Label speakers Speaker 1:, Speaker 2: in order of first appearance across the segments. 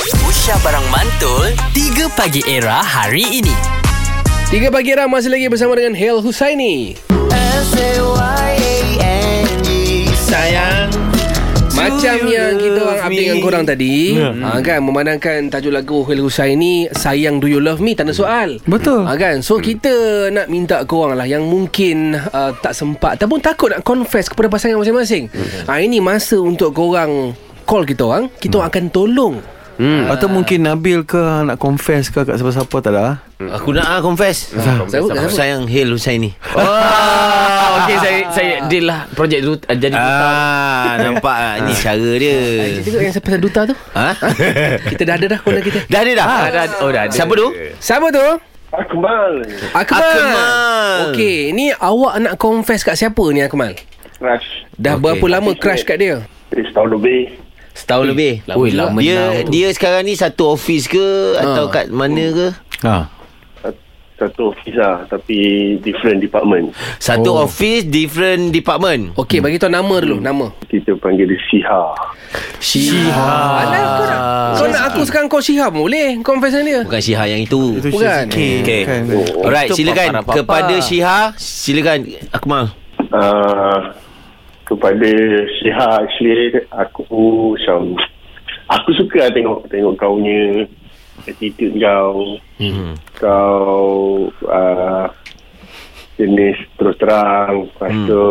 Speaker 1: Aisyah Barang Mantul 3 Pagi Era hari ini
Speaker 2: Tiga pagi era masih lagi bersama dengan Hel Husaini. Sayang macam yang kita orang update dengan korang tadi yeah. ha, kan memandangkan tajuk lagu Hel Husaini Sayang Do You Love Me tak ada soal
Speaker 3: Betul.
Speaker 2: ha, kan so kita nak minta korang lah yang mungkin uh, tak sempat ataupun takut nak confess kepada pasangan masing-masing ha, ini masa untuk korang call kita orang kita orang akan tolong
Speaker 3: Hmm. Atau mungkin Nabil ke nak confess ke kat siapa-siapa tak ada?
Speaker 4: Aku nak ah confess.
Speaker 2: Siapa?
Speaker 4: Aku
Speaker 2: Siapa?
Speaker 4: sayang Hil Husaini.
Speaker 5: Oh, okey saya saya deal lah projek tu uh, jadi duta.
Speaker 4: Ah, nampak ah ini cara dia.
Speaker 2: Kita tengok yang pasal duta tu
Speaker 4: Ha?
Speaker 2: Kita dah ada dah corner kita
Speaker 4: Dah ada dah.
Speaker 5: Ah, dah ada. Oh, dah ada.
Speaker 4: Siapa tu?
Speaker 2: Siapa tu?
Speaker 6: Akmal
Speaker 2: Akmal.
Speaker 4: Akmal.
Speaker 2: Okey, ni awak nak confess kat siapa ni Akmal?
Speaker 6: Crush
Speaker 2: Dah
Speaker 4: Okey.
Speaker 2: okay. berapa lama crush kat dia?
Speaker 6: Dari setahun lebih
Speaker 4: Setahun lebih.
Speaker 5: Ui, lama
Speaker 4: Dia
Speaker 5: now.
Speaker 4: dia sekarang ni satu office ke
Speaker 2: Ah.
Speaker 4: atau kat mana ke?
Speaker 3: Ha.
Speaker 6: Satu office lah Tapi different department
Speaker 4: Satu office different department.
Speaker 2: Okey, bagi tahu nama dulu, nama.
Speaker 6: Kita panggil dia Siha
Speaker 2: Shihab.
Speaker 4: Ah.
Speaker 2: Alah, kau nak, kau nak aku sekarang kau Shihab boleh confess dengan dia?
Speaker 4: Bukan Syiha yang itu.
Speaker 3: Itu
Speaker 2: Bukan.
Speaker 3: sikit.
Speaker 4: Okey.
Speaker 3: Kan.
Speaker 4: Alright,
Speaker 5: Itu
Speaker 4: silakan
Speaker 5: papar-papar.
Speaker 4: kepada Syiha, silakan Akmal.
Speaker 6: uh, Kepada Siha actually Aku macam Aku suka lah tengok Tengok kau punya Attitude kau
Speaker 4: Hmm.
Speaker 6: Kau uh, Jenis terus terang Lepas
Speaker 4: Hmm.
Speaker 6: tu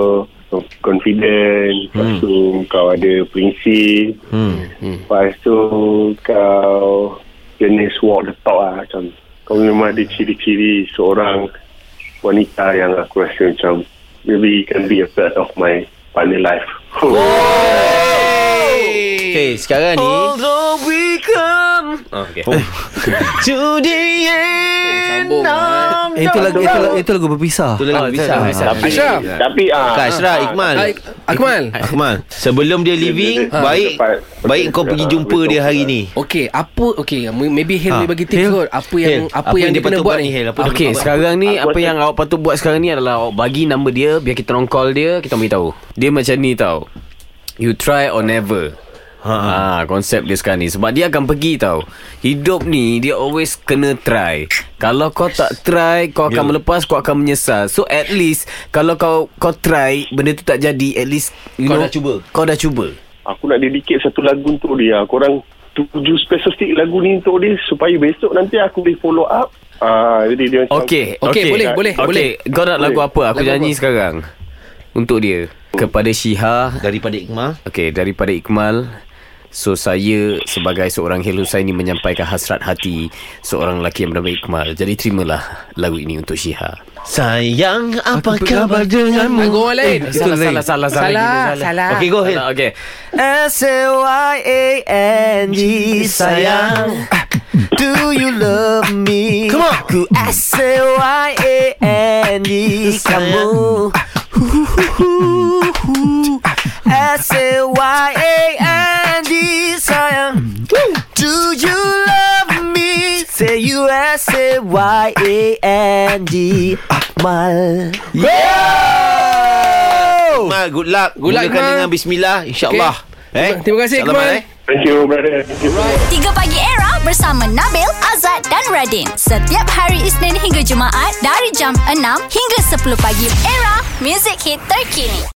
Speaker 6: Confident Lepas tu Kau ada prinsip
Speaker 4: Hmm.
Speaker 6: Lepas tu kau jenis walk the talk lah macam kau memang ada ciri-ciri seorang wanita yang aku rasa macam maybe can be a part of my partner life.
Speaker 4: Oh, Okay, sekarang ni Although we come oh, okay. To the end
Speaker 2: Sambung,
Speaker 4: of
Speaker 3: Eh, itu lagu itu lagu, itu lagu berpisah.
Speaker 4: Itu
Speaker 3: tak-
Speaker 4: lagu Bisa
Speaker 3: tak-
Speaker 6: Tapi,
Speaker 2: Ashraf.
Speaker 6: tapi ah,
Speaker 4: Kak Ashraf
Speaker 6: ah,
Speaker 4: Iqmal
Speaker 2: Hai, Akmal.
Speaker 4: Akmal Sebelum dia leaving
Speaker 6: Ha.
Speaker 4: Baik
Speaker 6: Lepas-
Speaker 4: Baik kau
Speaker 6: lepas-
Speaker 4: pergi
Speaker 6: lepas-
Speaker 4: jumpa
Speaker 6: lepas-
Speaker 4: dia hari ni
Speaker 2: Okey, apa okey, maybe Hil
Speaker 3: Ah,
Speaker 2: boleh bagi tips
Speaker 3: Hil.
Speaker 2: kot. Apa yang
Speaker 4: Hil,
Speaker 2: apa, yang dia kena
Speaker 4: patut
Speaker 2: buat ni?
Speaker 4: Hel? Apa dia
Speaker 5: Okey,
Speaker 4: patut buat?
Speaker 5: sekarang ni
Speaker 6: Aku
Speaker 5: apa
Speaker 6: rasa-
Speaker 5: yang awak patut buat sekarang ni adalah awak bagi nombor dia biar kita orang call dia, kita beritahu. Dia macam ni tau. You try or never. Ha, ha, konsep dia sekarang ni Sebab dia akan pergi tau Hidup ni Dia always kena try Kalau kau tak try Kau
Speaker 3: Ya.
Speaker 5: akan yeah. melepas Kau akan menyesal So at least Kalau kau kau try Benda tu tak jadi At least you
Speaker 4: Kau
Speaker 5: know,
Speaker 4: dah cuba.
Speaker 5: Kau dah cuba
Speaker 6: aku nak dedicate satu lagu untuk dia. Korang tuju spesifik lagu ni untuk dia supaya besok nanti aku boleh follow up. Ah, jadi dia macam
Speaker 5: Okey,
Speaker 2: Okey, boleh, boleh,
Speaker 5: Okey,
Speaker 2: boleh.
Speaker 5: Kau nak Eh, lagu
Speaker 6: Boleh.
Speaker 5: apa? Aku
Speaker 2: Lagu
Speaker 5: nyanyi
Speaker 2: apa?
Speaker 5: sekarang. Untuk dia. Kepada Syiha.
Speaker 4: Daripada Iqmal
Speaker 5: Okey, daripada Iqmal. So saya sebagai seorang Hil Husaini menyampaikan hasrat hati seorang lelaki yang bernama Iqmal. Jadi terimalah lagu ini untuk Syiha.
Speaker 4: Sayang apa
Speaker 3: Apa
Speaker 4: khabar
Speaker 3: khabar denganmu?
Speaker 2: Lagu orang lain.
Speaker 3: Eh, itu lain.
Speaker 5: salah,
Speaker 2: Salah, salah.
Speaker 4: Okey go Hil
Speaker 5: Salah, Okey. S-A-Y-A-N-G Sayang Do you love me? Come on Ku S-A-Y-A-N-G E. Kamu S-A-Y-A-N-G E. Sayang Do you love me? Say you S-A-Y-A-N-G Akmal Yeah!
Speaker 4: Iqmal good luck
Speaker 2: Good luck,
Speaker 4: Mulakan
Speaker 2: Iqmal.
Speaker 4: dengan bismillah InsyaAllah Eh?
Speaker 2: Terima kasih, Iqmal.
Speaker 4: InsyaAllah, Mat, eh?
Speaker 6: Thank you brother. Thank you.
Speaker 7: 3 Pagi Era bersama Nabil, Azad dan Radin. Setiap hari Isnin hingga Jumaat dari jam 6 hingga 10 pagi. Era, music hit terkini.